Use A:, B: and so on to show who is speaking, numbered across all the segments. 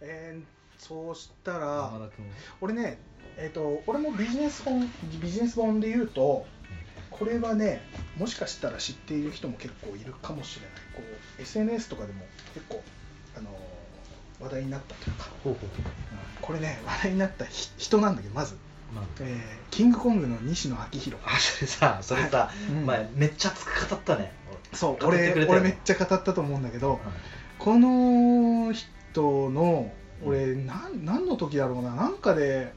A: えーそうしたら
B: 山田君は
A: 俺ねえっ、と俺もビジネス本ビジネス本で言うとこれはねもしかしたら知っている人も結構いるかもしれないこう SNS とかでも結構あのー話題になったというか、
B: ほうほう
A: これね話題になったひ人なんだけどまず、
B: まあ
A: えーキングコングの西野昭弘
B: あそれ さそれさ、
A: うん
B: 前めっちゃ熱く語ったね
A: そう
B: 語っ
A: 俺
B: てくれたよ
A: 俺めっちゃ語ったと思うんだけど
B: 俺、
A: この人の俺なん何の時だろうななんかで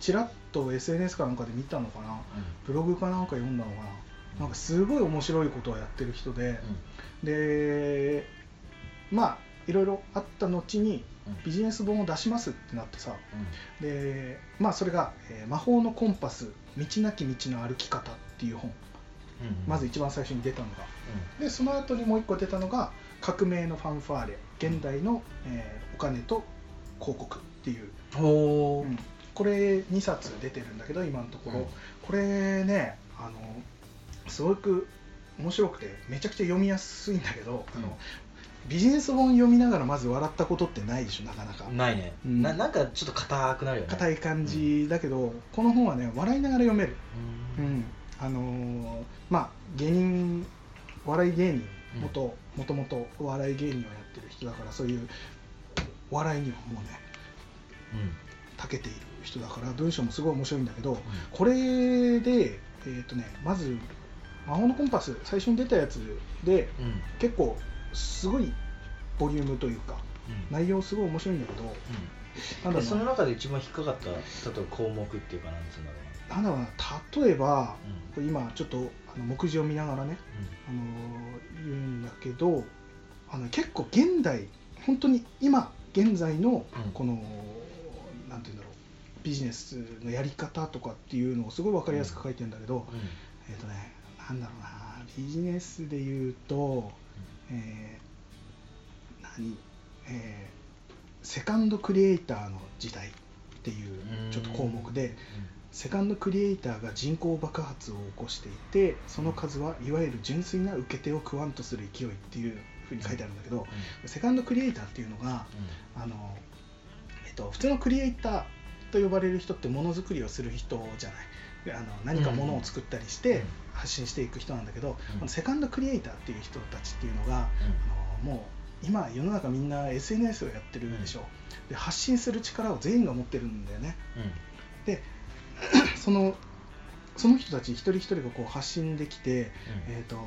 A: ちらっと SNS かなんかで見たのかなブログかなんか読んだのかななんかすごい面白いことをやってる人で、でまあいろいろあった後に
B: うん
A: ビジネス本を出しますってなってさでまあそれが、えー魔法のコンパス道なき道の歩き方」っていう本
B: うんうん
A: まず、一番最初に出たのがでその後にもう一個出たのが「革命のファンファーレ現代の、えーお金と広告」っていう、
B: うん、おお、
A: うんこれ2冊出てるんだけど今のところ、
B: うん
A: これねあのすごく面白くてめちゃくちゃ読みやすいんだけど、あ
B: うん
A: のビジネス本読みながらまず笑ったことってないでしょなかなか
B: ないね、
A: うん
B: ななんかちょっと硬くなるよね
A: 硬
B: い、
A: い感じだけど、この本はね笑いながら読める、う
B: う
A: んんあのーまあ芸人お笑い芸人元、もともとお笑い芸人をやってる人だからそういうお笑いにはもうね
B: うん
A: 長けている人だから文章もすごい面白いんだけどこれでえっ、とねまず「魔法のコンパス」最初に出たやつで
B: うんうん
A: 結構すごいボリュームというか
B: うん
A: 内容すごい面白いんだけどなんだ
B: で
A: ろう
B: その
A: な
B: 中で一番引っかかった例えば項目っていうかなんつうんだろう
A: なんだろうな例えば
B: な、
A: これ今ちょっとあの目次を見ながらね、あのー言うんだけどあの結構現代本当に今現在の
B: うん
A: この、なんて言うんだろうビジネスのやり方とかっていうのをすごい分かりやすく書いてんだけど、
B: うんうん
A: えっ、とねなんだろうなビジネスで言うと、えー何えーセカンドクリエイターの時代っていうちょっと項目でセカンドクリエイターが人口爆発を起こしていてその数はいわゆる純粋な受け手を食わんとする勢いっていうふうに書いてあるんだけどセカンドクリエイターっていうのがあの、えっと、普通のクリエイターと呼ばれる人ってものづくりをする人じゃないであの何かものを作ったりし
B: うん
A: て発信していく人なんだけど、
B: うん
A: このセカンドクリエイターっていう人たちっていうのがあのもう今世の中みんな SNS をやってるでしょ、で発信する力を全員が持ってるんだよね。そのその人たち一人一人がこう発信できて、えっ、と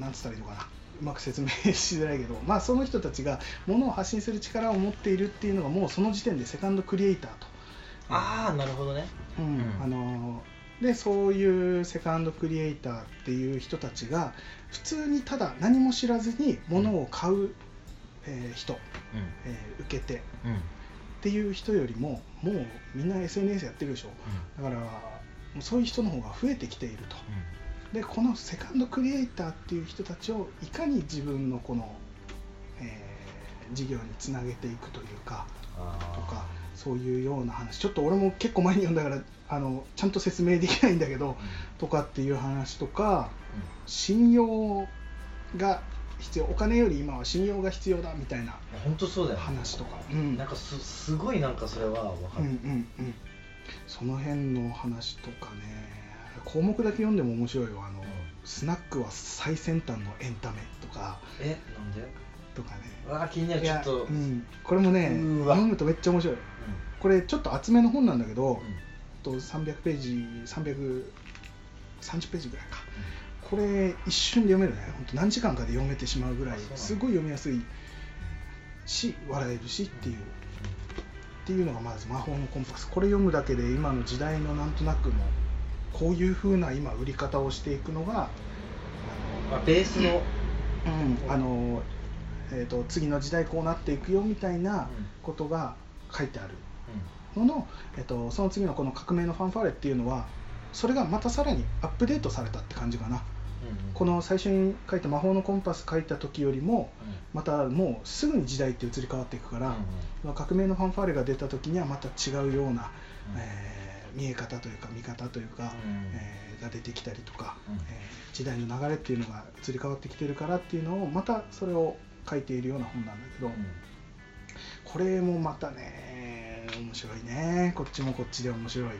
A: なんつったらいいのかなうまく説明しづらいけど、まあ、その人たちがものを発信する力を持っているっていうのがもうその時点でセカンドクリエイターと、
B: ああなるほどね
A: うん
B: うん
A: あのでそういうセカンドクリエイターっていう人たちが普通にただ何も知らずにものを買う、えー人、
B: う
A: えー受け手っ
B: んうん
A: ていう人よりももうみんな SNS やってるでしょ。だからもうそういう人の方が増えてきているとでこのセカンドクリエイターっていう人たちをいかに自分のこの、えー事業につなげていくというかとかそういうような話ちょっと俺も結構前に読んだからあのちゃんと説明できないんだけどとかっていう話とか信用が必要お金より今は信用が必要だみたいな
B: 本当そうだよ
A: 話とか、うん、
B: なんかすすごいなんかそれは分か
A: うん
B: る、
A: うんうんその辺の話とかね項目だけ読んでも面白いよあの、スナックは最先端のエンタメとか
B: えなんで
A: とかね
B: わあ気になるちょっと、
A: いやうん、これもね
B: うーわ
A: 読むとめっちゃ面白いこれちょっと厚めの本なんだけど、と300ページ330ページぐらいかこれ一瞬で読めるね本当何時間かで読めてしまうぐらい
B: あそうなんだ
A: すごい読みやすいし笑えるしっていうっていうのがまず「魔法のコンパス」これ読むだけで今の時代のなんとなくのこういう風な今売り方をしていくのが、
B: まあ、ベースの、
A: うんあのえー、と次の時代こうなっていくよみたいな
B: うん
A: ことが書いてあるのの、えー、とその次のこの「革命のファンファーレ」っていうのはそれがまたさらにアップデートされたって感じかなこの最初に書いた「魔法のコンパス」書いた時よりもまたもうすぐに時代って移り変わっていくから、革命のファンファーレが出た時にはまた違うような、えー見え方というか見方というか、えーが出てきたりとか、
B: うん
A: えー時代の流れっていうのが移り変わってきてるからっていうのをまたそれを書いているような本なんだけど、これもまたね面白いねこっちもこっちで面白いう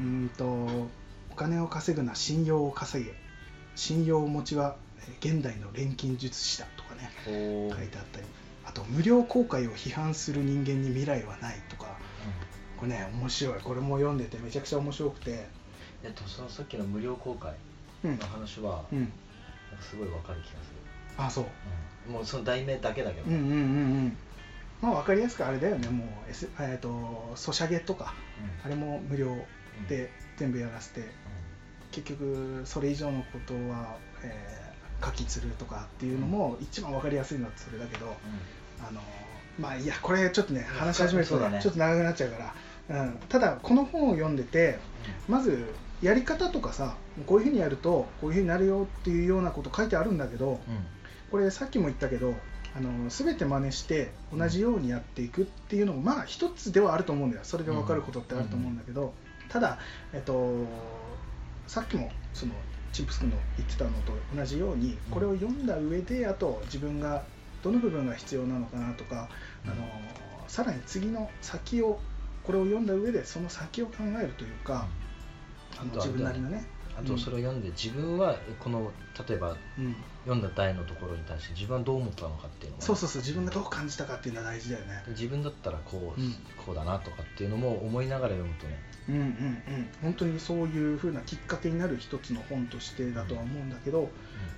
A: ーんとお金を稼ぐな信用を稼げ信用を持ちはえー現代の錬金術師だとかね
B: お
A: 書いてあったりあと無料公開を批判する人間に未来はないとかこれね面白いこれも読んでてめちゃくちゃ面白くて
B: えっとそのさっきの無料公開
A: うん
B: の話は、
A: うん
B: なんかすごいわかる気がす
A: あそう
B: る、もうその題名だけだけ
A: う
B: ど、
A: んうんうんうんまあ分かりやすくあれだよねもう、S えー、とソシャゲとかあれも無料
B: うん
A: で全部やらせて結局それ以上のことは、えー、書き釣るとかっていうのも一番分かりやすいのはそれだけど、あのまあいいやこれちょっとね話し始めると
B: そうだね
A: ちょっと長くなっちゃうから、うん、ただこの本を読んでてまずやり方とかさこういうふうにやるとこういうふうになるよっていうようなこと書いてあるんだけど
B: うんうん
A: これさっきも言ったけどあの全て真似して同じようにやっていくっていうのもまあ一つではあると思うんだよそれで分かることってあると思うんだけど、ただ、えっと、さっきもそのチンプス君の言ってたのと同じようにこれを読んだ上であと自分がどの部分が必要なのかなとかあのさらに次の先をこれを読んだ上でその先を考えるというかあの
B: あとは
A: 自分なりのね。
B: あとそれを読んで自分はこの例えば
A: うん
B: 読んだ題のところに対して自分はどう思ったのかっていうのが
A: そうそうそう自分がどう感じたかっていうのは大事だよね。
B: 自分だったらこう、
A: うん
B: こうだなとかっていうのも思いながら読むとね
A: うんうんうん、本当にそういう風なきっかけになる一つの本としてだとは思うんだけど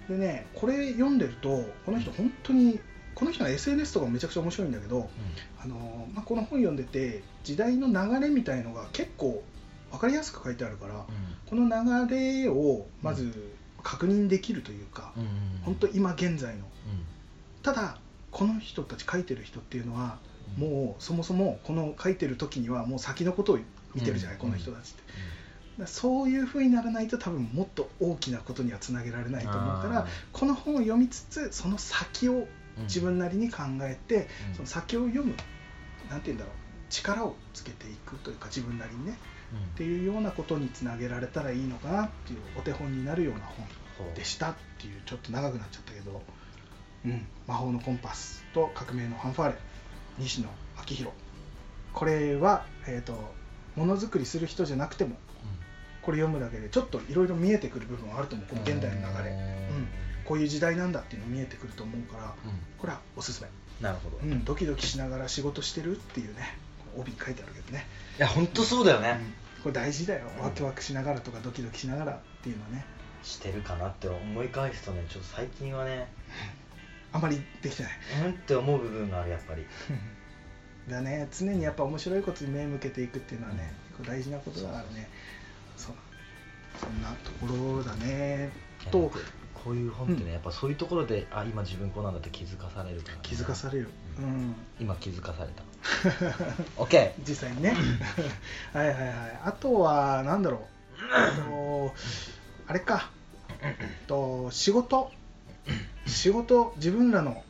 A: でねこれ読んでるとこの人本当にこの人の SNS とかもめちゃくちゃ面白いんだけど、あのまあ、この本読んでて時代の流れみたいのが結構分かりやすく書いてあるからこの流れをまず確認できるというか、
B: うんうんうん
A: 本当今現在の
B: うん
A: ただこの人たち書いてる人っていうのは
B: うん
A: もうそもそもこの書いてる時にはもう先のことを見てるじゃない、
B: うん
A: この人たちって。だからそういう風にならないと多分もっと大きなことにはつなげられないと思うから
B: あー
A: この本を読みつつその先を
B: うん
A: 自分なりに考えて、
B: うん
A: その先を読むなんて言うんだろう力をつけていくというか自分なりにね
B: うん
A: っていうようなことにつなげられたらいいのかなっていうお手本になるような
B: ほ
A: 本
B: う
A: でしたっていうちょっと長くなっちゃったけど「うん、魔法のコンパス」と「革命のファンファーレ」西野昭弘これは、えー、とものづくりする人じゃなくてもこれ読むだけでちょっといろいろ見えてくる部分はあると思うこの現代の流れ、うん、こういう時代なんだっていうの見えてくると思うから
B: うん
A: これはおすすめ、
B: なるほど、
A: う
B: い
A: ん、ドキドキしながら仕事してるっていうね帯に書いてあるけどね、
B: や本当そうだよ
A: う
B: ね、
A: ん、これ大事だよ
B: うん
A: ワクワクしながらとかドキドキしながらっていうのはね
B: してるかなって思い返すとねちょっと最近はね
A: あまりできてない
B: うんって思う部分があるやっぱり
A: だね常にやっぱ面白いことに目向けていくっていうのはね結構大事なことだからねそうそんなところだねと
B: こういう本ってね、
A: うん
B: やっぱそういうところであ今自分こうなんだって気づかされるからね、
A: 気づかされる
B: う
A: うん
B: 今気づかされ た OK
A: 実際に ねはいはいはいあとはなんだろうあのあれかえっと仕事仕事自分らの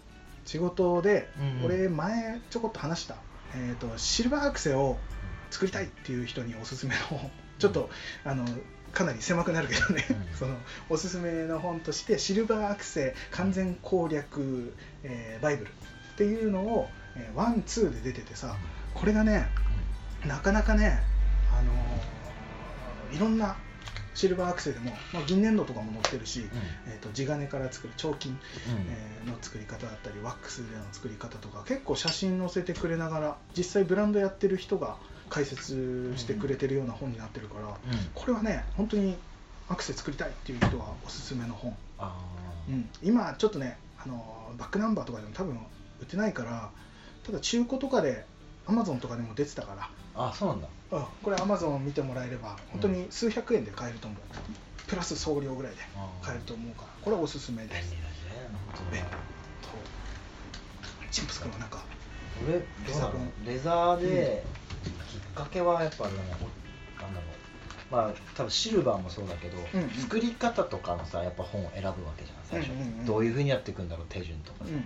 A: 仕事で、
B: うんうん
A: 俺前ちょこっと話した、えっとシルバーアクセを作りたいっていう人におすすめの本 ちょっと、あのかなり狭くなるけどね、
B: う ん
A: そのおすすめの本として「シルバーアクセ完全攻略、えーバイブル」っていうのをえーワンツーで出ててさこれがねなかなかね、あのーいろんなシルバーアクセでも、まあ、銀粘土とかも載ってるし、えー、と地金から作る彫金、えーの作り方だったりワックスでの作り方とか結構写真載せてくれながら実際ブランドやってる人が解説してくれてるような本になってるから、これはね本当にアクセ作りたいっていう人はおすすめの本、
B: あ
A: う
B: ー
A: ん、今ちょっとねあのバックナンバーとかでも多分売ってないからただ中古とかで Amazon とかでも出てたから
B: あそうなんだ
A: うん、これアマゾン見てもらえれば本当に数百円で買えると思う、プラス送料ぐらいで買えると思うからこれはおすすめ
B: 便利だ
A: です
B: ね本当ね
A: チンプス君はなんか
B: 俺どうなのレザーできっかけはやっぱなんかなんだろうまあ多分シルバーもそうだけど、
A: うんうん
B: 作り方とかのさやっぱ本を選ぶわけじゃん最初、
A: うんうんうん
B: どういうふうにやっていくんだろう手順とか
A: うん
B: さ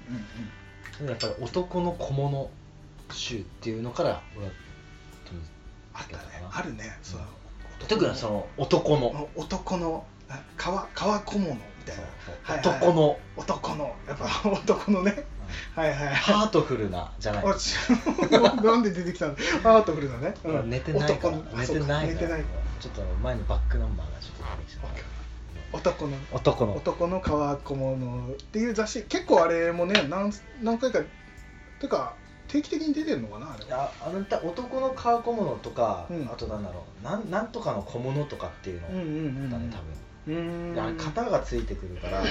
A: うん、
B: でもやっぱり男の小物集っていうのから俺は
A: あったねあるねそう
B: 特にその男の
A: の男のあ革革小物みたいな
B: そう
A: はいはい
B: 男の
A: 男のやっぱ男のねはいはい
B: ハートフルなじゃない
A: あ違う なんで出てきたのアートフルだね、
B: ほら寝てないから
A: 男の
B: 寝
A: あそ
B: て
A: うか
B: ない
A: 寝
B: か
A: て
B: ら
A: ない
B: ちょっと前のバックナンバーがちょっと出てきちゃった
A: 男の
B: 男の
A: 男の皮小物っていう雑誌結構あれもね何何回かてか定期的に出てるのかなあれは
B: ああのた男の革小物とか、
A: うん
B: あとなんだろうなんなんとかの小物とかっていうの
A: う
B: だ
A: んう
B: ね、
A: んうん
B: 多分
A: うーん
B: であれ型がついてくるから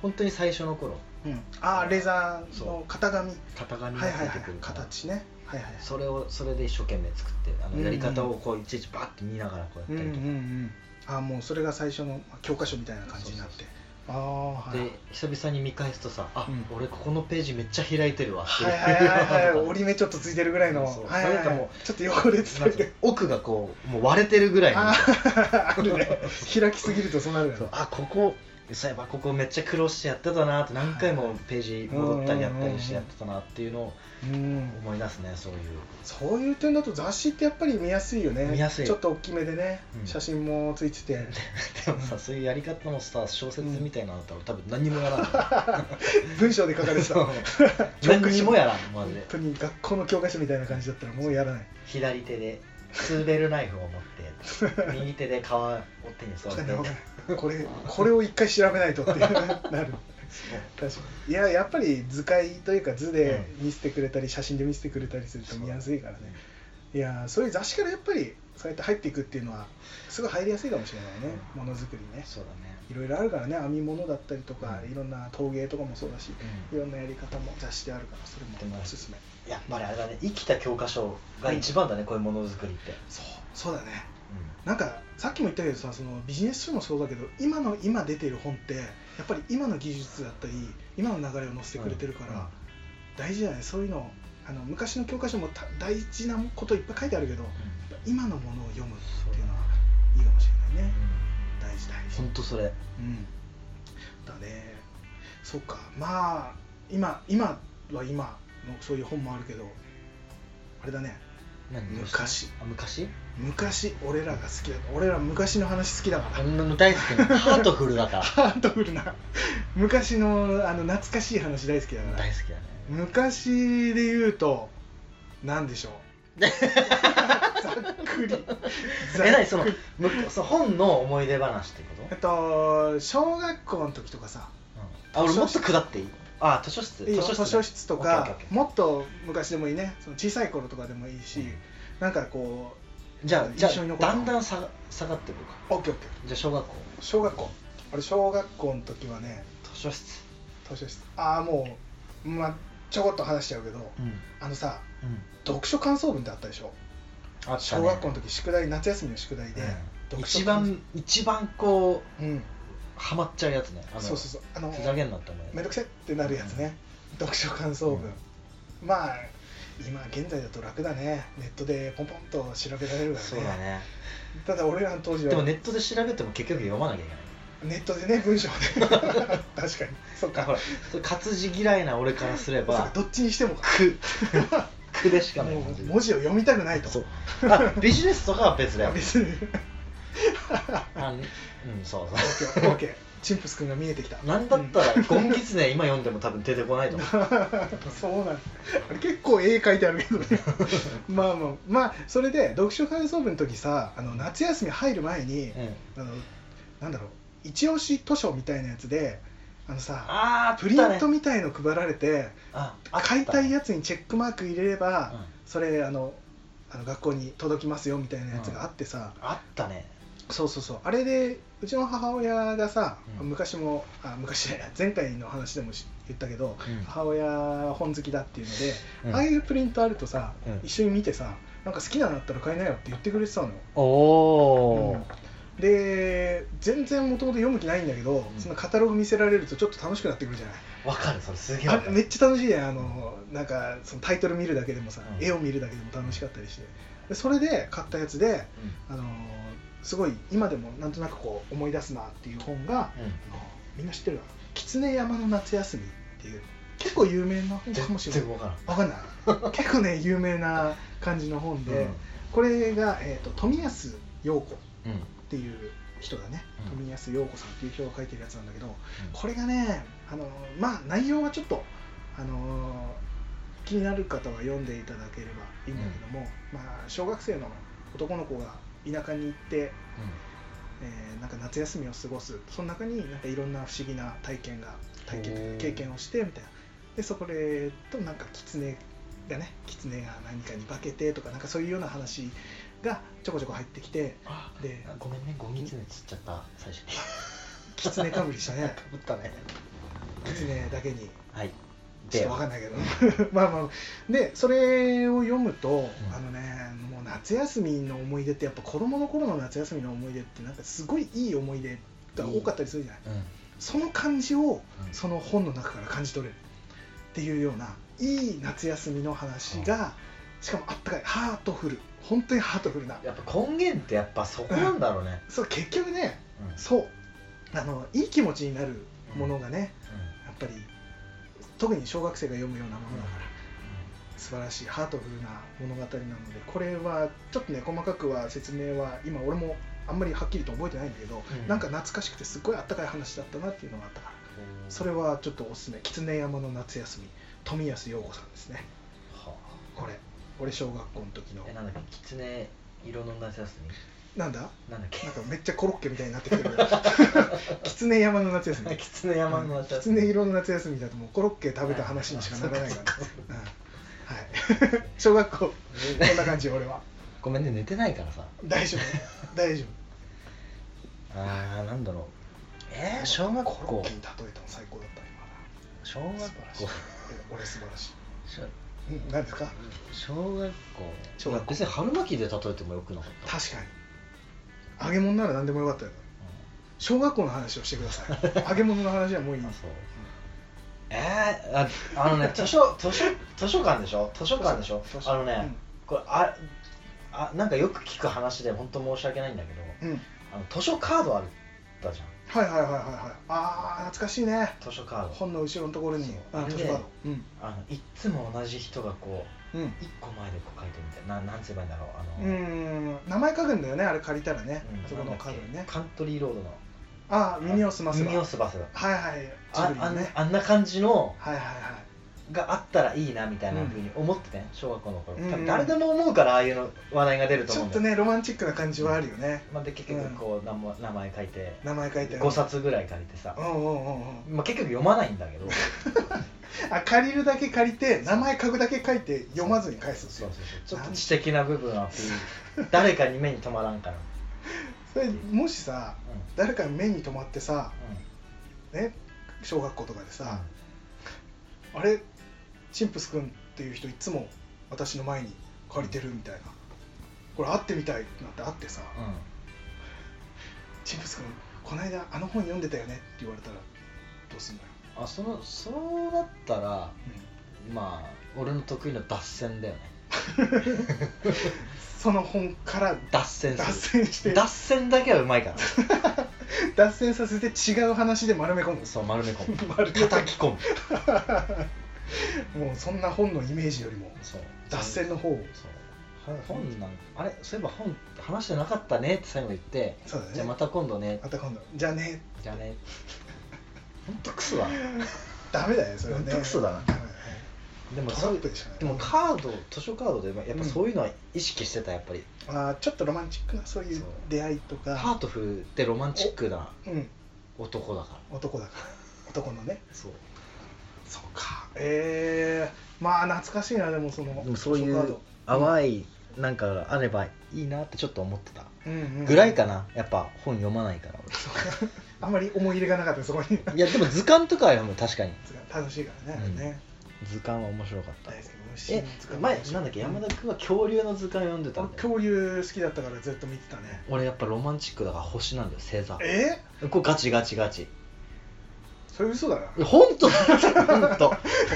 B: 本当に最初の頃
A: うんあーレザー
B: そ
A: の型紙
B: 型
A: はい
B: 紙が
A: は
B: つ
A: いはい
B: い
A: は
B: て
A: い
B: くるから、
A: 形ねはいはい
B: それをそれで一生懸命作ってあ
A: うんう
B: の
A: ん
B: やり方をこういちいちバッて見ながらこう
A: うん
B: やっ
A: う
B: た
A: んう
B: りとか、
A: んあーもうそれが最初の教科書みたいな感じになってああはい
B: で久々に見返すとさ「あ、
A: うん
B: 俺ここのページめっちゃ開いてるわ」って
A: はいいう はいはいはい折り目ちょっとついてるぐらいの
B: そう
A: はいはい
B: なんかも
A: はいちょっと汚れつ
B: なん
A: い
B: か
A: て
B: 奥がこうもう割れてるぐらいの
A: あ ーあるね開きすぎるとそうなるよね
B: そうあここそういえばここめっちゃ苦労してやってたなって何回もページ戻ったりやったりしてやってたなっていうのを
A: うん
B: 思い出すねそういう
A: そういう点だと雑誌ってやっぱり見やすいよね
B: 見やすい
A: ちょっと大きめでね、
B: うん
A: 写真もついて て
B: でもさそういうやり方もさ小説みたいなのだったら多分何にもや らん
A: 文章で書かれてた
B: そう
A: 本
B: 何にもやらんマジで
A: 当に学校の教科書みたいな感じだったらもうやらない
B: 左手でツーベルナイフを持 って右手で皮を手に
A: わ
B: 添
A: か
B: え
A: んないわか
B: て
A: んない これこれを一回調べないとっ ていうなる確かにいややっぱり図解というか図で見せてくれたり、写真で見せてくれたりすると見やすいからねいやーそういう雑誌からやっぱりそうやって入っていくっていうのはすごい入りやすいかもしれないねものづくりね
B: そうだね
A: いろいろあるからね編み物だったりとか、
B: うん
A: いろんな陶芸とかもそうだし、
B: うん
A: いろんなやり方も雑誌であるからそれ
B: で
A: も
B: も
A: おすすめ
B: やっぱりあれだね生きた教科書が一番だねこういうものづくりって
A: そうそうだねなんかさっきも言ったけどさそのビジネス書もそうだけど今の今出ている本ってやっぱり今の技術だったり今の流れを載せてくれてるから、
B: うんうん
A: 大事だねそういうのあの昔の教科書もた大事なこといっぱい書いてあるけど、今のものを読むっていうのはいいかもしれないね、大事大事
B: 本当それ
A: うんだねそっかまあ今今は今のそういう本もあるけどあれだね
B: 何
A: 昔
B: あ昔
A: 昔俺らが好きだった俺ら昔の話好きだか
B: あんなの大好きなのハートフルだから ら
A: ハートフルな昔のあの懐かしい話大好きだから
B: 大好きだね
A: 昔で言うと何でしょうざっくりざっ
B: え何そのむその本の思い出話ってこと
A: えっと小学校の時とかさ
B: あ俺もっと下っていいあ図書室
A: いいよ図書室とか
B: も
A: もっと昔でもいいねその小さい頃とかでもいいし、
B: うん
A: なんかこ
B: じゃあじゃ
A: 一緒に
B: あ
A: 残る
B: だんだん下が下がっていこうか
A: うオッケーオッケー
B: じゃあ小学校
A: 小学校俺小学校の時はね
B: 図書室
A: 図書室ああもうまあちょこっと話しちゃうけど、
B: うん
A: あのさ
B: うん
A: 読書感想文ってあったでしょ
B: あったね
A: 小学校の時宿題夏休みの宿題で、
B: うん
A: 読書
B: 一
A: 感想
B: 番一番こう
A: うん
B: ハマっちゃうやつねあの
A: そうそうそうあの
B: ふざけんなって思う
A: めんどくせえってなるやつね、読書感想文、まあ今現在だと楽だねネットでポンポンと調べられるからね
B: そうだね
A: ただ俺らの当時は
B: でもネットで調べても結局読まなきゃいけない
A: ネットでね文章 で確かにそっ
B: あ
A: か
B: ほらそれ活字嫌いな俺からすれ
A: そうか
B: ば
A: どっちにしてもか
B: 苦苦でしかない
A: もう文字を読みたくないと
B: そうあビジネスとかは別 だよ
A: 別に
B: あうんそう
A: OKOK チンプス君が見えてきた
B: なんだったら「ゴンギツネ」今読んでも多分出てこないと思 う
A: そうなんあれ結構絵描いてあるけ どねまあまあまあそれで読書感想文の時さあの夏休み入る前に、
B: うん
A: あのなんだろう一押し図書みたいなやつであのさ
B: あー
A: プリント
B: 見
A: みたいの配られて
B: ああった
A: 買いたいやつにチェックマーク入れれば、
B: うん
A: それあのあの学校に届きますよみたいなやつがあってさ、
B: あったね
A: そうそうそうあれでうちの母親がさ、
B: うん
A: 昔もあ昔じゃない前回の話でもし言ったけど、
B: うん
A: 母親本好きだっていうので、
B: うん
A: ああいうプリントあるとさ、
B: うん
A: 一緒に見てさなんか好きなのあったら買いなよって言ってくれてたのよう
B: おお
A: んで全然もともと読む気ないんだけど、
B: うん
A: そのカタログ見せられるとちょっと楽しくなってくるじゃない
B: わかるそれすげえ
A: あ
B: わか
A: れ
B: る
A: めっちゃ楽しいねあのなんかそのタイトル見るだけでもさ、
B: うん
A: 絵を見るだけでも楽しかったりしてでそれで買ったやつで、あのーすごい今でもなんとなくこう思い出すなっていう本が、
B: うんうん
A: あのーみんな知ってるかな「狐山の夏休み」っていう結構有名な本かもし
B: 全
A: れな
B: 然
A: い
B: わからん
A: わかんない結構ね有名な感じの本で、
B: うん
A: これが、えー、と富安陽子
B: うん
A: っていう人だね、
B: うん
A: 富安陽子さんっていう人が書いてるやつなんだけど、
B: うん
A: これがねあのまあ内容はちょっとあのー気になる方は読んでいただければいいんだけども、まあ、小学生の男の子が田舎に行って、えーなんか夏休みを過ごすその中になんかいろんな不思議な体験が体験という
B: ほう
A: か経験をしてみたいなでそこでとなんか狐がね狐が何かに化けてとかなんかそういうような話がちょこちょこ入ってきて
B: あ
A: で
B: ごめんねゴミつねつっちゃった最初に
A: 狐かぶりしたね
B: ぶったね
A: 狐だけに
B: はい
A: ちょっ
B: で
A: と分かんないけどね まあまあでそれを読むと、
B: ん
A: あのねもう夏休みの思い出ってやっぱ子供の頃の夏休みの思い出ってなんかすごいいい思い出が多かったりするじゃない、
B: うんうん
A: その感じをその本の中から感じ取れるっていうようないい夏休みの話が、しかもあったかいハートフル本当にハートフルな
B: やっぱ根源ってやっぱそこなんだろうね
A: そう結局ね
B: うん
A: そうあのいい気持ちになるものがね、やっぱり特に小学生が読むようなものだから、素晴らしいハートフルな物語なのでこれはちょっとね細かくは説明は今俺もあんまりはっきりと覚えてないんだけど、
B: うん
A: なんか懐かしくてすっごいあったかい話だったなっていうのがあったから
B: うん
A: それはちょっとおすすめ「狐山の夏休み」富安陽子さんですね
B: はあ
A: これ俺小学校の時の
B: えなんだっけ狐色の夏休
A: なんだ
B: みなんだっけ
A: なんかめっちゃコロッケみたいになってきてる狐山の夏休み
B: 狐山の夏休み
A: 狐色の夏休みだともうコロッケ食べた話にしかならないから、
B: あそっかそっ
A: うん
B: か
A: はい 小学校
B: ね
A: こんな感じ俺は
B: ごめんね寝てないからさ
A: 大丈夫大丈夫
B: あーなんだろうえー、小学
A: コロッ
B: 校
A: ケに例えたの最高だった今
B: 小学
A: な
B: 校
A: 素晴らしい俺俺素晴らしい、
B: 小
A: うん、何ですか
B: 小学校
A: 小学校
B: 別に春巻きで例えてもよくなかった
A: 確かに揚げ物なら何でもよかったよ小学校の話をしてくださ い揚げ物の話はもういい
B: うんあそうえー、ああのね図書図書図書館でしょ図書館でしょ
A: 図書
B: あのね、これああなんかよく聞く話で本当申し訳ないんだけど
A: うん、うん、
B: あの図書カードあったじゃん
A: はいはいはいはいはいあー懐かしいね
B: 図書カード
A: 本の後ろのところに
B: そう
A: あ
B: あれ
A: 図
B: ね
A: 書カードうん
B: あのいっつも同じ人がこう
A: うん
B: 一個前でこう書いてるみたいなななんつえばいいんだろうあ
A: う
B: の、
A: ーん名前書くんだよねあれ借りたらね、
B: うん
A: そこのカードにね
B: カントリーロードの
A: ああ耳をすませば
B: 耳をすませば
A: はいはいジ
B: あ
A: ブリ
B: あ
A: の
B: ん
A: ね
B: あんな感じの
A: はいはいはい
B: があったらいいなみたいな
A: うん
B: ふうに思ってね、小学校の頃、
A: うん
B: 多分誰でも思うからああいうの話題が出ると
A: ち
B: 思
A: ょ
B: う
A: っ
B: んだ
A: と
B: よ、
A: ねロマンチックな感じはあるよね、
B: まあ、で結局こう、名も名前書いて
A: 名前書いてある
B: 5冊ぐらい借りてさ
A: う、んうんうんうん
B: まあ、結局読まないん だけど
A: あ借りるだけ借りて名前書くだけ書いて読まずに返すんです
B: そ
A: よ
B: うそうそうちょっと知的な部分は 誰かに目に留まらんから、うん
A: それもしさ誰かの目に留まってさね小学校とかでさ、あれチンプス君っていう人いつも私の前に借りてるみたいなこれ会ってみたいってなって会ってさ、
B: うんうん
A: チンプス君この間あの本読んでたよねって言われたらどうすんのよ、
B: あそのそうだったらまあ俺の得意の脱線だよね
A: その本から
B: 脱線
A: 脱
B: す
A: 線して
B: る脱線だけはうまいから
A: 脱線させて違う話で丸め込む
B: そう丸め込 む
A: 丸め込む
B: 叩き込む
A: もうそんな本のイメージよりも
B: そう
A: 脱線の方を
B: そうほ本なんあれそういえば本話してなかったねって最後言って、
A: そうだね
B: じゃあまた今度ね
A: また今度じゃあね
B: じゃあねほんとクソだ
A: ダメだよそれはね
B: 本当クソだな
A: ダメね
B: でも
A: トラ
B: そう
A: ップでしかない
B: でもカード図書カードでもやっぱ
A: うん
B: そういうのは意識してたやっぱり、
A: あーちょっとロマンチックなそういう
B: そう
A: 出会いと
B: ハ
A: か
B: ートフルでロマンチックな
A: うん
B: 男だから
A: 男だから男のね
B: そう
A: そうかえー、まあ懐かしいなでもその
B: でもそうい
A: 図書カー
B: う
A: ド
B: 淡いなんかがあればいいなってちょっと思ってた
A: うんうん
B: ぐらいかなやっぱ本読まないから
A: あんまり思い入れがなかったそこに
B: 俺いやでも図鑑とかは読む確かに
A: 楽しいからね、
B: うん
A: ね
B: 図鑑は面白かった
A: 大好き虫
B: え前なんだっけ山田君は恐竜の図鑑読んでた
A: 俺
B: んだよ
A: 恐竜好きだったからずっと見てたね
B: 俺やっぱロマンチックだから星なんだよ星座
A: え
B: こうガチガチガチ
A: それ嘘だな
B: 本当本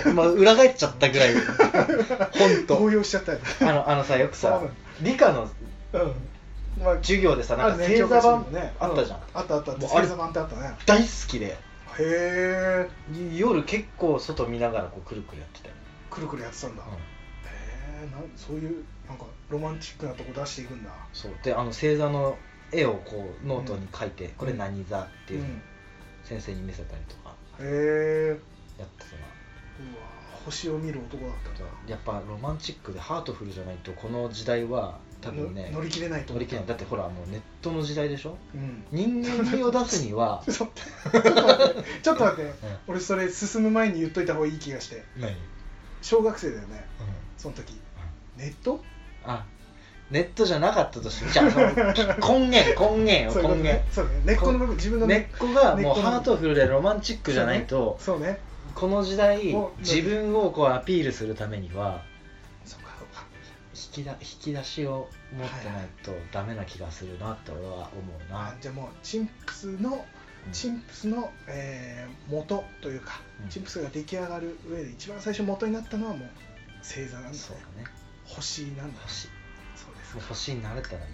B: 当まあ裏返っちゃったぐらい本当
A: 動揺しちゃったよ
B: あのあのさよく
A: 多
B: さ
A: 分
B: 理科の
A: うんまあ
B: 授業でさなんか
A: ある
B: 星
A: ね
B: 座版あったじゃん、
A: うあったあった
B: もうあれ
A: 星座版ってあったねへ
B: 大好きで
A: え
B: 夜結構外見ながらこうくるくるやってたよ、
A: くるくるやってたんだ、へえなんそういうなんかロマンチックなとこ出していくんだ
B: そうであの星座の絵をこうノートに書いて、これ何座っていうのを
A: んへ
B: 先生に見せたりとか
A: え
B: やってたな、
A: うわ星を見る男だったと
B: やっぱロマンチックでハートフルじゃないとこの時代は多分ね
A: の乗り切れないと
B: 乗
A: 思
B: り
A: っ
B: 切
A: た
B: れないだってほらもうネットの時代でしょ
A: うん
B: 人間味を出す には
A: ちょっと待って ちょっと待って、
B: ん
A: 俺それ進む前に言っといた方がいい気がして
B: 何、うん
A: 小学生だよねその時ネット
B: あネットじゃなかったとしてじゃあその根源根源
A: そういうこ
B: よ根
A: と
B: 源
A: ねそうね根っこの部分自分の
B: 根っこが
A: 根っ
B: も
A: こ
B: う
A: の
B: ハートフルでロマンチックじゃないと
A: そうね
B: この時代
A: お
B: 自分をこうアピールするためには
A: そうかそうか
B: 引きだ引き出しを持ってないとダメな気がするなって俺は思うな
A: あ、じゃあもうチンプスの
B: うん
A: チンプスの、えー元というか、
B: うん
A: チンプスが出来上がる上で一番最初元になったのはもう星座なんだね
B: そうだね
A: 星なんだ
B: 星
A: そうです
B: も
A: か
B: う星になれたらいいね、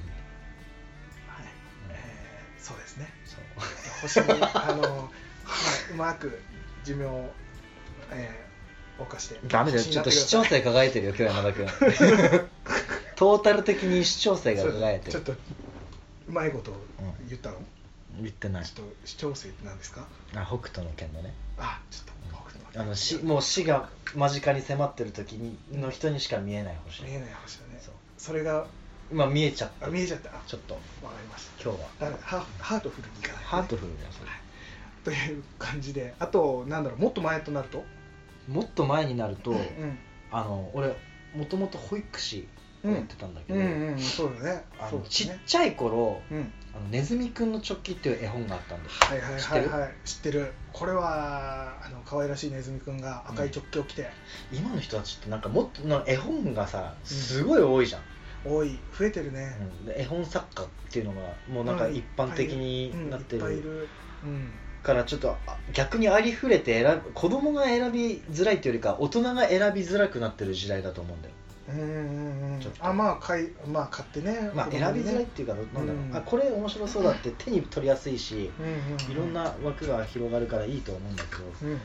A: はい、
B: うん
A: えーそうですね
B: そう
A: 星にあの、はいうまく寿命を、えー、犯して
B: ダメだよ、
A: 星に
B: ちょ
A: な
B: っと
A: くだ
B: 視
A: さい
B: 聴性輝いてるよ、今日山田君。 トータル的に視聴性が輝いて
A: ちょっ
B: る。
A: とうまいことを言ったの、
B: 言ってない
A: ち。ょっと視聴性って何ですか
B: あ北斗の拳のね。
A: あちょっと僕の
B: あのしもう死が間近に迫ってる時にの人にしか見えない星。
A: 見えない星だね
B: そう
A: それが
B: 今見えちゃった。
A: あ
B: ち
A: 見えちゃったあ
B: ょっと
A: わかりました
B: 今日は。
A: だからハハートフルにいかないとね、
B: ハートフルだよ、それ。
A: という感じであとなんだろうもっと前となると
B: もっと前になると、
A: うん
B: あの俺、もともと保育士をやってたんだけ
A: う
B: ど、
A: んうんそうだね
B: あ
A: そう
B: の
A: だね
B: ちっちゃい頃、
A: うん
B: あのネズミくんのチョッキっていう絵本があったんです。
A: はいはいはいはい知ってるこれはあの可愛らしいネズミくんが赤い直ョッキを着て、
B: 今の人たちってなんかもっとなんか絵本がさすごい多いじゃん、
A: 多い増えてるね、
B: うんで絵本作家っていうのがもうなんか
A: うん
B: 一般的になって
A: うんいっぱいい
B: る
A: るうん
B: からちょっとあ逆にありふれて選ぶ子供が選びづらいっていうよりか大人が選びづらくなってる時代だと思うんだよ、
A: うんうんうん
B: ちょっと
A: あまあ買いまあ買ってね
B: まあ、
A: 子供
B: 選び
A: にね
B: づらいっていうかなんだろう、
A: うん
B: あこれ面白そうだって手に取りやすいし
A: うんうんうん
B: いろんな枠が広がるからいいと思うんだけど
A: うん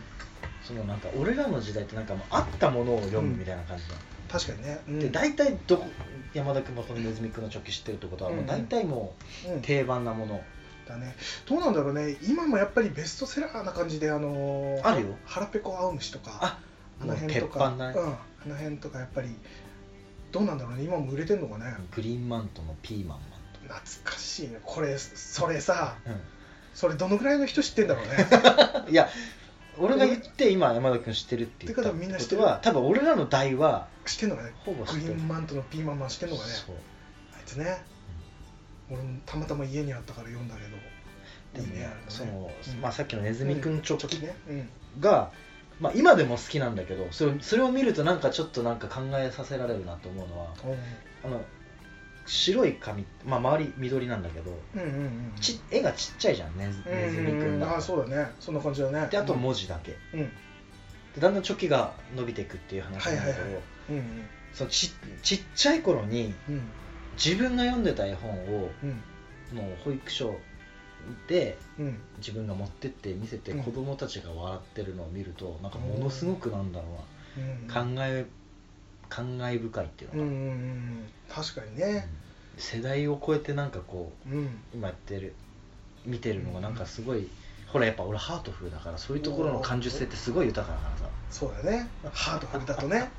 B: そのなんか俺らの時代ってなんかもうあったものを読むみたいな感じだ、
A: 確かにね、うん
B: で大体どこ山田君もこのネズミ君のチョッキ知ってるってことはもう大体もう
A: うん
B: 定番なもの、
A: だねどうなんだろうね今もやっぱりベストセラーな感じであのー
B: あるよ
A: 腹ペコ青虫とか
B: あもう鉄板だね
A: うん、あの辺とかやっぱりどうなんだろうね今も売れてんのかね
B: グリーンマントのピーマンマン
A: 懐かしいねこれそれさ
B: ト、
A: それどのぐらいの人知ってんだろうね
B: いや俺が言って今山田君知ってるって言った
A: ってことはみんな知ってる
B: ことは多分俺らの代は
A: 知ってんのかね
B: ほ ぼ知
A: グ
B: っ
A: リ
B: てる
A: ーンマントのピーマンマン知ってんのかね
B: そう
A: あいつね俺もたまたま家にあったから読んだけ
B: で
A: ど
B: も
A: いいねあれ
B: ね
A: ね
B: その、
A: うん
B: まあ、さっきのネズミ君チョッ
A: 時
B: キ
A: ねうん
B: が、まあ、今でも好きなんだけどそれそれを見るとなんかちょっとなんか考えさせられるなと思うのはあの白い髪、まあ、周り緑なんだけど
A: うんうんうんうん
B: ち絵がちっちゃいじゃんネズネズミ
A: うんうんう
B: 君
A: ん
B: だか
A: あ
B: ら
A: そうだねそんな感じだね
B: であと文字だけ
A: うんうん
B: でだんだんチョキが伸びていくっていう話なんだけど、
A: はいはいはうん
B: そのちちっちゃい頃に
A: うんうん
B: 自分が読んでた絵本を
A: うん
B: もう保育所で
A: うん
B: 自分が持ってって見せて
A: うん
B: 子供たちが笑ってるのを見るとなんかものすごくなんだろ
A: うん
B: うな考え感慨深いっていう
A: うんう
B: の
A: ん
B: かな、
A: うんうん確かに
B: うん
A: ね
B: 世代を超えてなんかこう
A: うん
B: 今やってる見てるのがなんかすごいほらやっぱ俺ハートフルだからそういうところの感受性ってすごい豊かだからさ、
A: そうだねハートフルだと ね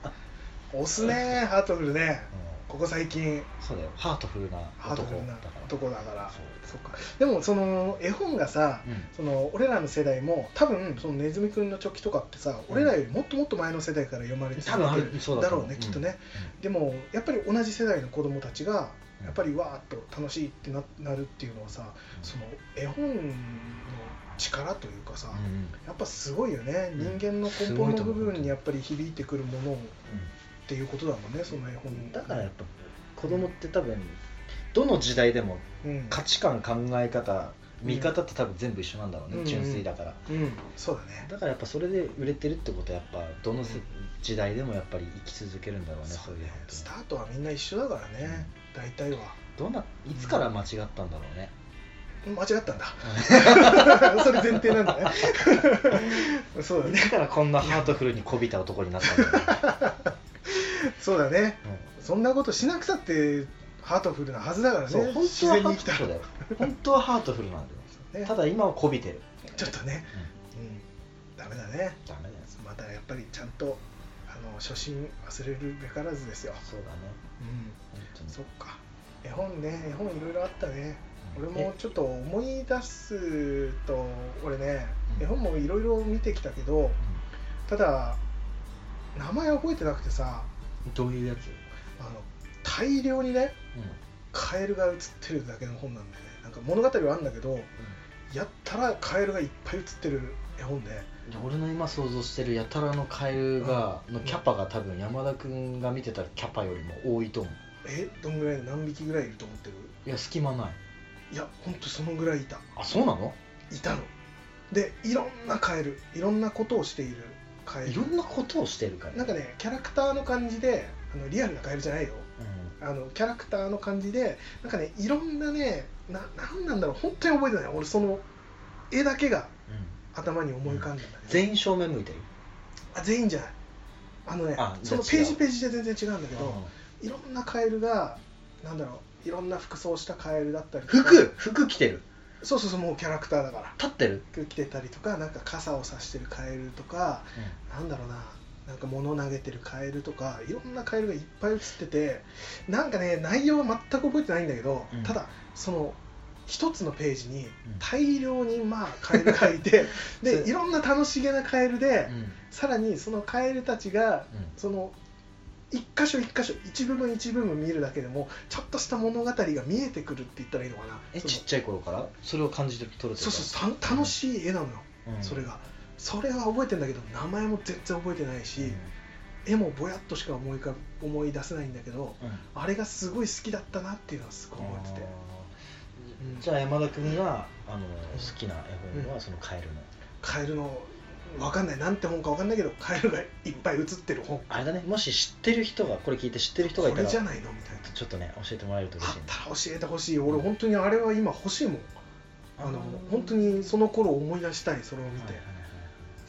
A: 押すねハートフルね
B: うん
A: ここ最近
B: そうだよハートフルな
A: ハートフ
B: 男
A: ルな
B: だから
A: 男だから
B: そう
A: そっかでもその絵本がさ
B: うん
A: その俺らの世代も多分そのネズミくんのチョキとかってさ
B: うん
A: 俺らよりもっともっと前の世代から読まれて
B: 多分あるそうだ
A: だ
B: と
A: ろう
B: 思う
A: ね
B: うん
A: きっとねでもやっぱり同じ世代の子供たちが
B: うん
A: やっぱりわーっと楽しいってななるっていうのはさ
B: うん
A: その絵本の力というかさ、
B: うんうん
A: やっぱすごいよね人
B: うん
A: 間の根
B: すご
A: 本
B: いと
A: の
B: 思
A: 部
B: う
A: 分にやっぱり響いてくるものっ
B: うん
A: ていうことだもんねその絵本
B: だからやっぱ子供って多分どの時代でも
A: うん、
B: 価値観考え方
A: うん
B: 見方って多分全部一緒なんだろうね、
A: うんうん
B: 純粋だから
A: うん、そうだね
B: だからやっぱそれで売れてるってことはやっぱどのせ
A: うん
B: 時代でもやっぱり生き続けるんだろうね、
A: そ
B: そうういう
A: ね
B: 本当に
A: スタートはみんな一緒だからね、大体は
B: どんないつから間違ったんだろうね、
A: 間違ったんだ それ前提なんだねそうだ
B: い
A: ね
B: つからこんなハートフルにこびた男になったんだろうね、
A: そうだね
B: うん
A: そんなことしなくたってハートフルなはずだからね
B: そう本
A: 自
B: 当は
A: 然
B: ハ
A: に
B: ー
A: 生き
B: ト
A: た
B: フ
A: ら
B: ルだよ本当はハートフルなんだよ
A: ね
B: ただ今はこびてる、
A: ちょっとね、うん、ダメだね
B: ダメだよ
A: またやっぱりちゃんとの初心忘れるべからずですよ、
B: そうだね
A: う
B: 本当
A: ん、
B: に
A: そっか絵本ね絵本いろいろあったね
B: うん
A: 俺もちょっと思い出すと俺ね
B: うん
A: 絵本もいろいろ見てきたけどただ名前覚えてなくてさ
B: えうんどういうやつ、
A: あの大量にね
B: うん
A: カエルが写ってるだけの本なんだよねなんか物語はあるんだけどやったらカエルがいっぱい写ってる絵本で
B: で俺の今想像してるやたらのカエルが、のキャパが多分山田君が見てたキャパよりも多いと思う
A: えどんぐらい何匹ぐらいいると思ってる
B: いや隙間ない
A: いやほんとそのぐらいいた
B: あそうなの
A: いたのでいろんなカエルいろんなことをしているカエル
B: いろんなことをしてるから
A: なんかねキャラクターの感じであのリアルなカエルじゃないよ
B: うん
A: あのキャラクターの感じでなんかねいろんなねななんなんだろう本当に覚えてない俺その絵だけが
B: うん
A: 頭に思い浮かんだんだけど、
B: 全員正面向いてる
A: あ全員じゃないあのね
B: あ
A: その
B: じ
A: ペ
B: ゃあ違
A: ー
B: う
A: ジページで全然違うんだけ
B: け
A: ど、いろんなカエルがなんだろういろんな服装したカエルだったりとか
B: 服服着てる
A: そうそうそうもうキャラクターだから
B: 立ってる、
A: 服着てたりとかなんか傘をさしてるカエルとかなんだろうななんか物投げてるカエルとかいろんなカエルがいっぱい写っててなんかね内容は全く覚えてないんだけど、
B: うん
A: ただその一つのページに
B: うん
A: 大量にまあカエルがい て
B: そ
A: で
B: れ
A: いろんな楽しげなカエルで、
B: うん
A: さらにそのカエルたちがその一箇所一箇所一部分一部分見るだけでもちょっとした物語が見えてくるって言ったらいいのかな
B: え
A: その
B: ちっちゃい頃からそれを感じて撮れて
A: そうそうた楽しい絵なのよ、
B: う、うん
A: それがそれは覚えてんだけど名前も全然覚えてないし、絵もぼやっとしか思いか思い出せないんだけど
B: うん
A: あれがすごい好きだったなっていうのはすごい思ってて
B: あー
A: うん
B: じゃあ山田君があの好きな絵本はそのカエルの、
A: カエルのわかんないなんて本かわかんないけどカエルがいっぱい写ってる本
B: あれだねもし知ってる人がこれ聞いて知ってる人
A: こ
B: がいた
A: れ
B: ら
A: じ
B: ち
A: ゃ
B: ょ
A: ないのみたいな
B: っとね教えてもらえると嬉
A: あ
B: しい
A: っ
B: ね
A: たら教えてほしい俺本当にあれは今欲しいもんあの本当にその頃を思い出したいそれを見て、
B: はいはいはい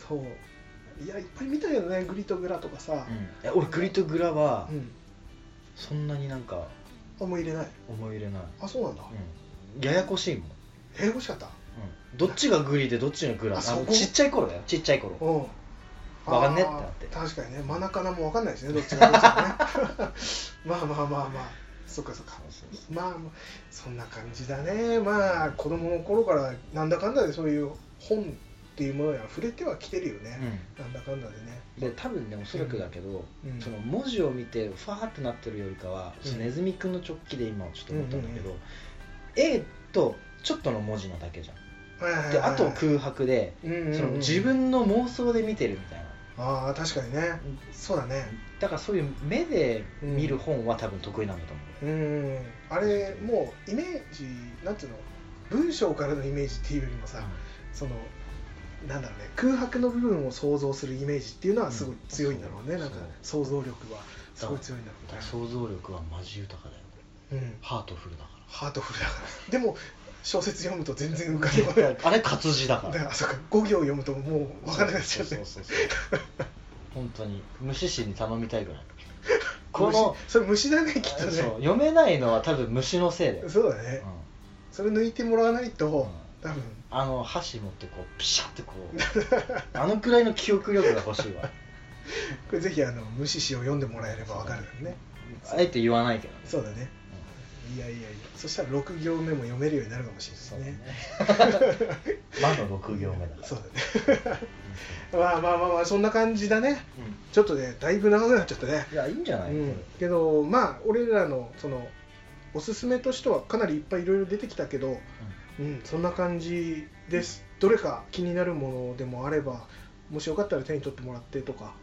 A: そういやいっぱい見たけどねグリとグラとかさ
B: は、いうんえ俺グリとグラは
A: うん
B: そんなになんか
A: 思い入れない
B: 思い入れない、
A: あそうなんだ、
B: うんややこしいもん
A: 英語しかった
B: うんどっちがグリでどっちがグラ
A: あそこ
B: あのちっちゃい頃だよちっちゃい頃
A: うん
B: わかんねえって
A: あー
B: なって
A: 確かにねマナカナもわかんないですねどっちがどっちかね まあまあまあまあそっかそっかまあまあそんな感じだねまあ子供の頃からなんだかんだでそういう本っていうものには触れてはきてるよね、なんだかんだでね
B: で多分ねおそらくだけど、
A: うん
B: その文字を見てファーってなってるよりかは、
A: うん
B: そのネズミくんの直帰で今ちょっと思ったんだけど、A とちょっとの文字なだけじゃ
A: はいはいは
B: ん
A: い
B: であと空白で、
A: うんうんうん
B: その自分の妄想で見てるみたいな
A: ああ確かにねそうだね
B: だからそういう目で見る本は多分得意なんだと思う、
A: うんあれもうイメージなんていうの文章からのイメージっていうよりもさ、そのなんだろうね空白の部分を想像するイメージっていうのはすごい強いんだろうね、
B: うん
A: なんか想像力はすごい強いんだろ
B: だ
A: うね
B: から、想像力はマジ豊かだよ
A: うん、
B: ハートフルだ か
A: ハートフルだからでも小説読むと全然浮かんでこない
B: らあれ活字だか
A: だ
B: ら
A: からそっか5行読むともう分からなくなっちゃう
B: そう
A: ね
B: そうそうそう本当に虫師に頼みたいぐらいこの
A: 虫それ虫だねきっとね
B: そう読めないのは多分虫のせいだよ、
A: そうだ
B: うん
A: ねそれ抜いてもらわないと、
B: うん
A: 多分
B: あの箸持ってこうピシャってこう あのくらいの記憶力が欲 しいわ
A: これぜひあの虫詩を読んでもらえれば分かるよね
B: あえて言わないけどね
A: そうだねいやいやいやそしたら6行目も読めるようになるかもし
B: そ
A: れ
B: う
A: ない
B: ね
A: ね
B: まだ6行目だから
A: そうだね まあまあまあまあそんな感じだね
B: うん
A: ちょっとねだいぶ長くなっちゃったね、
B: いやいいんじゃない、
A: う
B: こ
A: ん、けどまあ俺らのそのおすすめとしてはかなりいっぱいいろいろ出てきたけど、うん、そんな感じですどれか気になるものでもあればもしよかったら手に取ってもらってとか、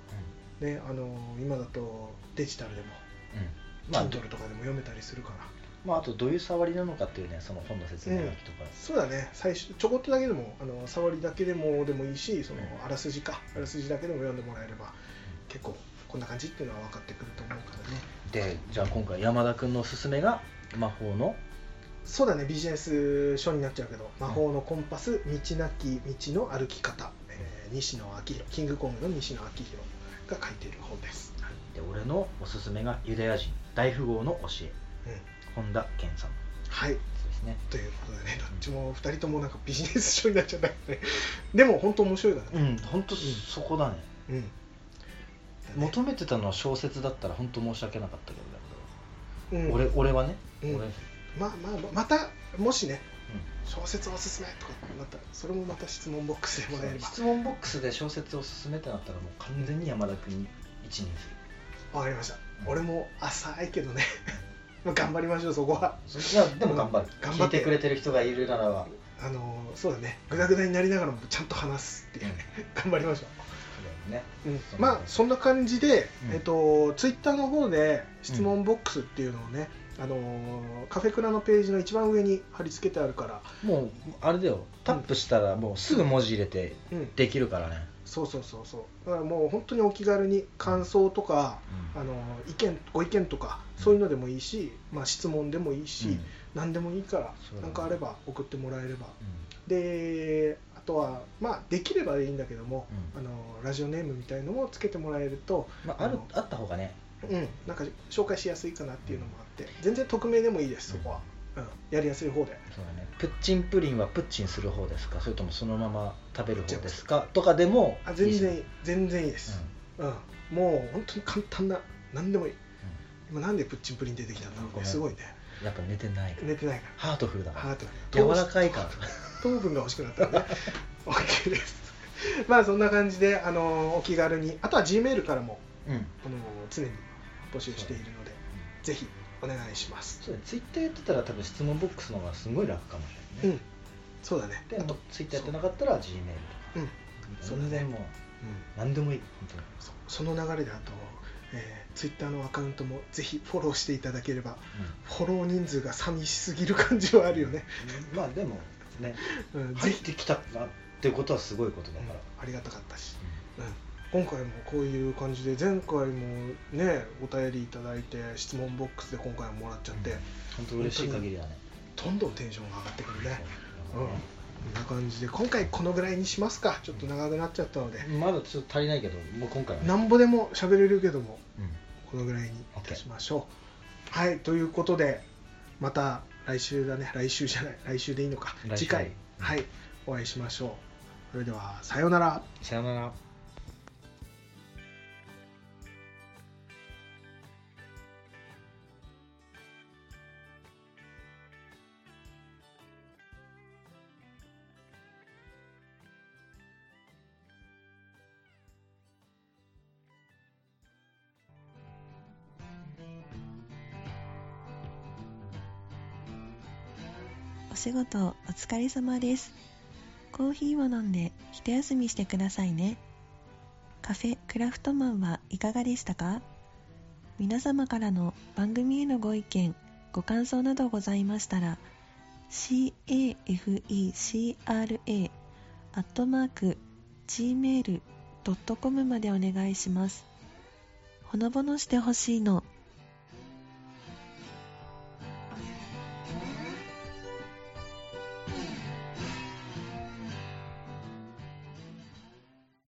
A: ね、あの今だとデジタルでも
B: れうんまあ、ど
A: Kindle とかでも読めたりするから
B: まあ、あとどういう触りなのかっていうねその本の説明書きとか、
A: そうだね最初ちょこっとだけでもあの触りだけでもでもいいしその
B: うん
A: あらすじかあらすじだけでも読んでもらえれば結構こんな感じっていうのは分かってくると思うからね
B: でじゃあ今回山田君のおすすめが魔法の
A: そうだねビジネス書になっちゃうけど「魔法のコンパス道なき道の歩き方」えー西野昭弘キングコングの西野昭弘が書いている本です、
B: で俺のおすすめがユダヤ人大富豪の教え
A: うん、
B: 本田健さん
A: はい
B: ですね
A: ということでねどっちも2人ともなんかビジネス書になっちゃったけどねでも本当面白いからね
B: うん本当そこだね、
A: うん、えよね
B: 求めてたのは小説だったら本当申し訳なかったけどね
A: うん
B: 俺俺はね、
A: うん
B: 俺
A: まあまあまたもしね小説おすすめとかなったらそれもまた質問ボックスでもらえれ
B: 質問ボックスで小説を勧めってなったらもう完全に山田君に一任する
A: ばわかりました俺も浅いけどね まあ頑張りましょうそこは
B: そいやでも頑張る、
A: 頑張
B: 聞
A: っ
B: い
A: て
B: てくれてる人がいるならば、
A: あのーそうだねグダグダになりながらもちゃんと話すっていうね 頑張りましょ
B: ね
A: う、うん
B: そう
A: まあそんな感じで、
B: うん
A: えっとツイッターの方で質問ボックスっていうのをね、あのーカフェクラのページの一番上に貼り付けてあるから、
B: もうあれだよタップしたらもうすぐ文字入れて
A: うん、
B: できるからね、
A: そうそうそうそうだからもう本当にお気軽に感想とかあの意見ご意見とかそういうのでもいいし、まあ、質問でもいいし、
B: うん
A: 何でもいいから
B: そうだ
A: 何
B: ね
A: かあれば送ってもらえれば
B: う
A: であとは、まあ、できればいいんだけども、
B: うん
A: あのラジオネームみたいのもつけてもらえると、
B: んまあ、あるあった方がね
A: うん、なんか紹介しやすいかなっていうのもあって全然匿名でもいいですそこは、うん、やりやすい方で
B: そうだねプッチンプリンはプッチンする方ですかそれともそのまま食べる方ですかとかでも
A: あ全然
B: い
A: い
B: い
A: い全然いいで
B: し
A: す、うんもう本当に簡単な何でもいい
B: うん
A: 今なんでプッチンプリン出てきたんだろう
B: ご
A: ね
B: めん
A: すごいね
B: うんやっぱ寝てないから
A: 寝てないか
B: ハートフルだ
A: ら
B: か
A: ハート
B: ら柔らかいから
A: 糖分が欲しくなったらね OK ですまあそんな感じで、あのーお気軽にあとは G メールからも、
B: うん
A: あのー常に募集しているのでぜひお願いします
B: そうだねツイッターやってたら多分質問ボックスの方がすごい楽かもし
A: う
B: れないね、
A: んそうだね
B: であとツイッターやってなかったら G メー
A: う
B: ル
A: ん、うん、
B: とか
A: そ
B: そう
A: だ
B: れ
A: ね
B: でもう何でもいい本当に
A: そその流れであと、えー、Twitter のアカウントもぜひフォローしていただければフォロー人数が寂しすぎる感じはあるよね、
B: うんまあでもね
A: うん、ぜ
B: 入っ
A: ひ、
B: てきたなってことはすごいことだ
A: うん
B: から、
A: ありがたかったしうん今回もこういう感じで前回もねお便りいただいて質問ボックスで今回ももらっちゃって、
B: うん本当嬉しい限りだね
A: どんどんテンションが上がってくるね
B: そ
A: うんこんな感じで今回このぐらいにしますかちょっと長くなっちゃったので
B: うまだちょっと足りないけどもう今回はね
A: なんぼでも喋れるけども
B: うん
A: このぐらいにいたしましょうはいということでまた来週だね来週じゃない来週でいいのか
B: 来週
A: 次回
B: うん
A: はいお会いしましょうそれではさようなら
B: さよなら
C: お仕事お疲れ様です。コーヒーを飲んで一休みしてくださいね。カフェクラフトマンはいかがでしたか皆様からの番組へのご意見、ご感想などございましたら、cafecra.gmail.com までお願いします。ほのぼのしてほしいの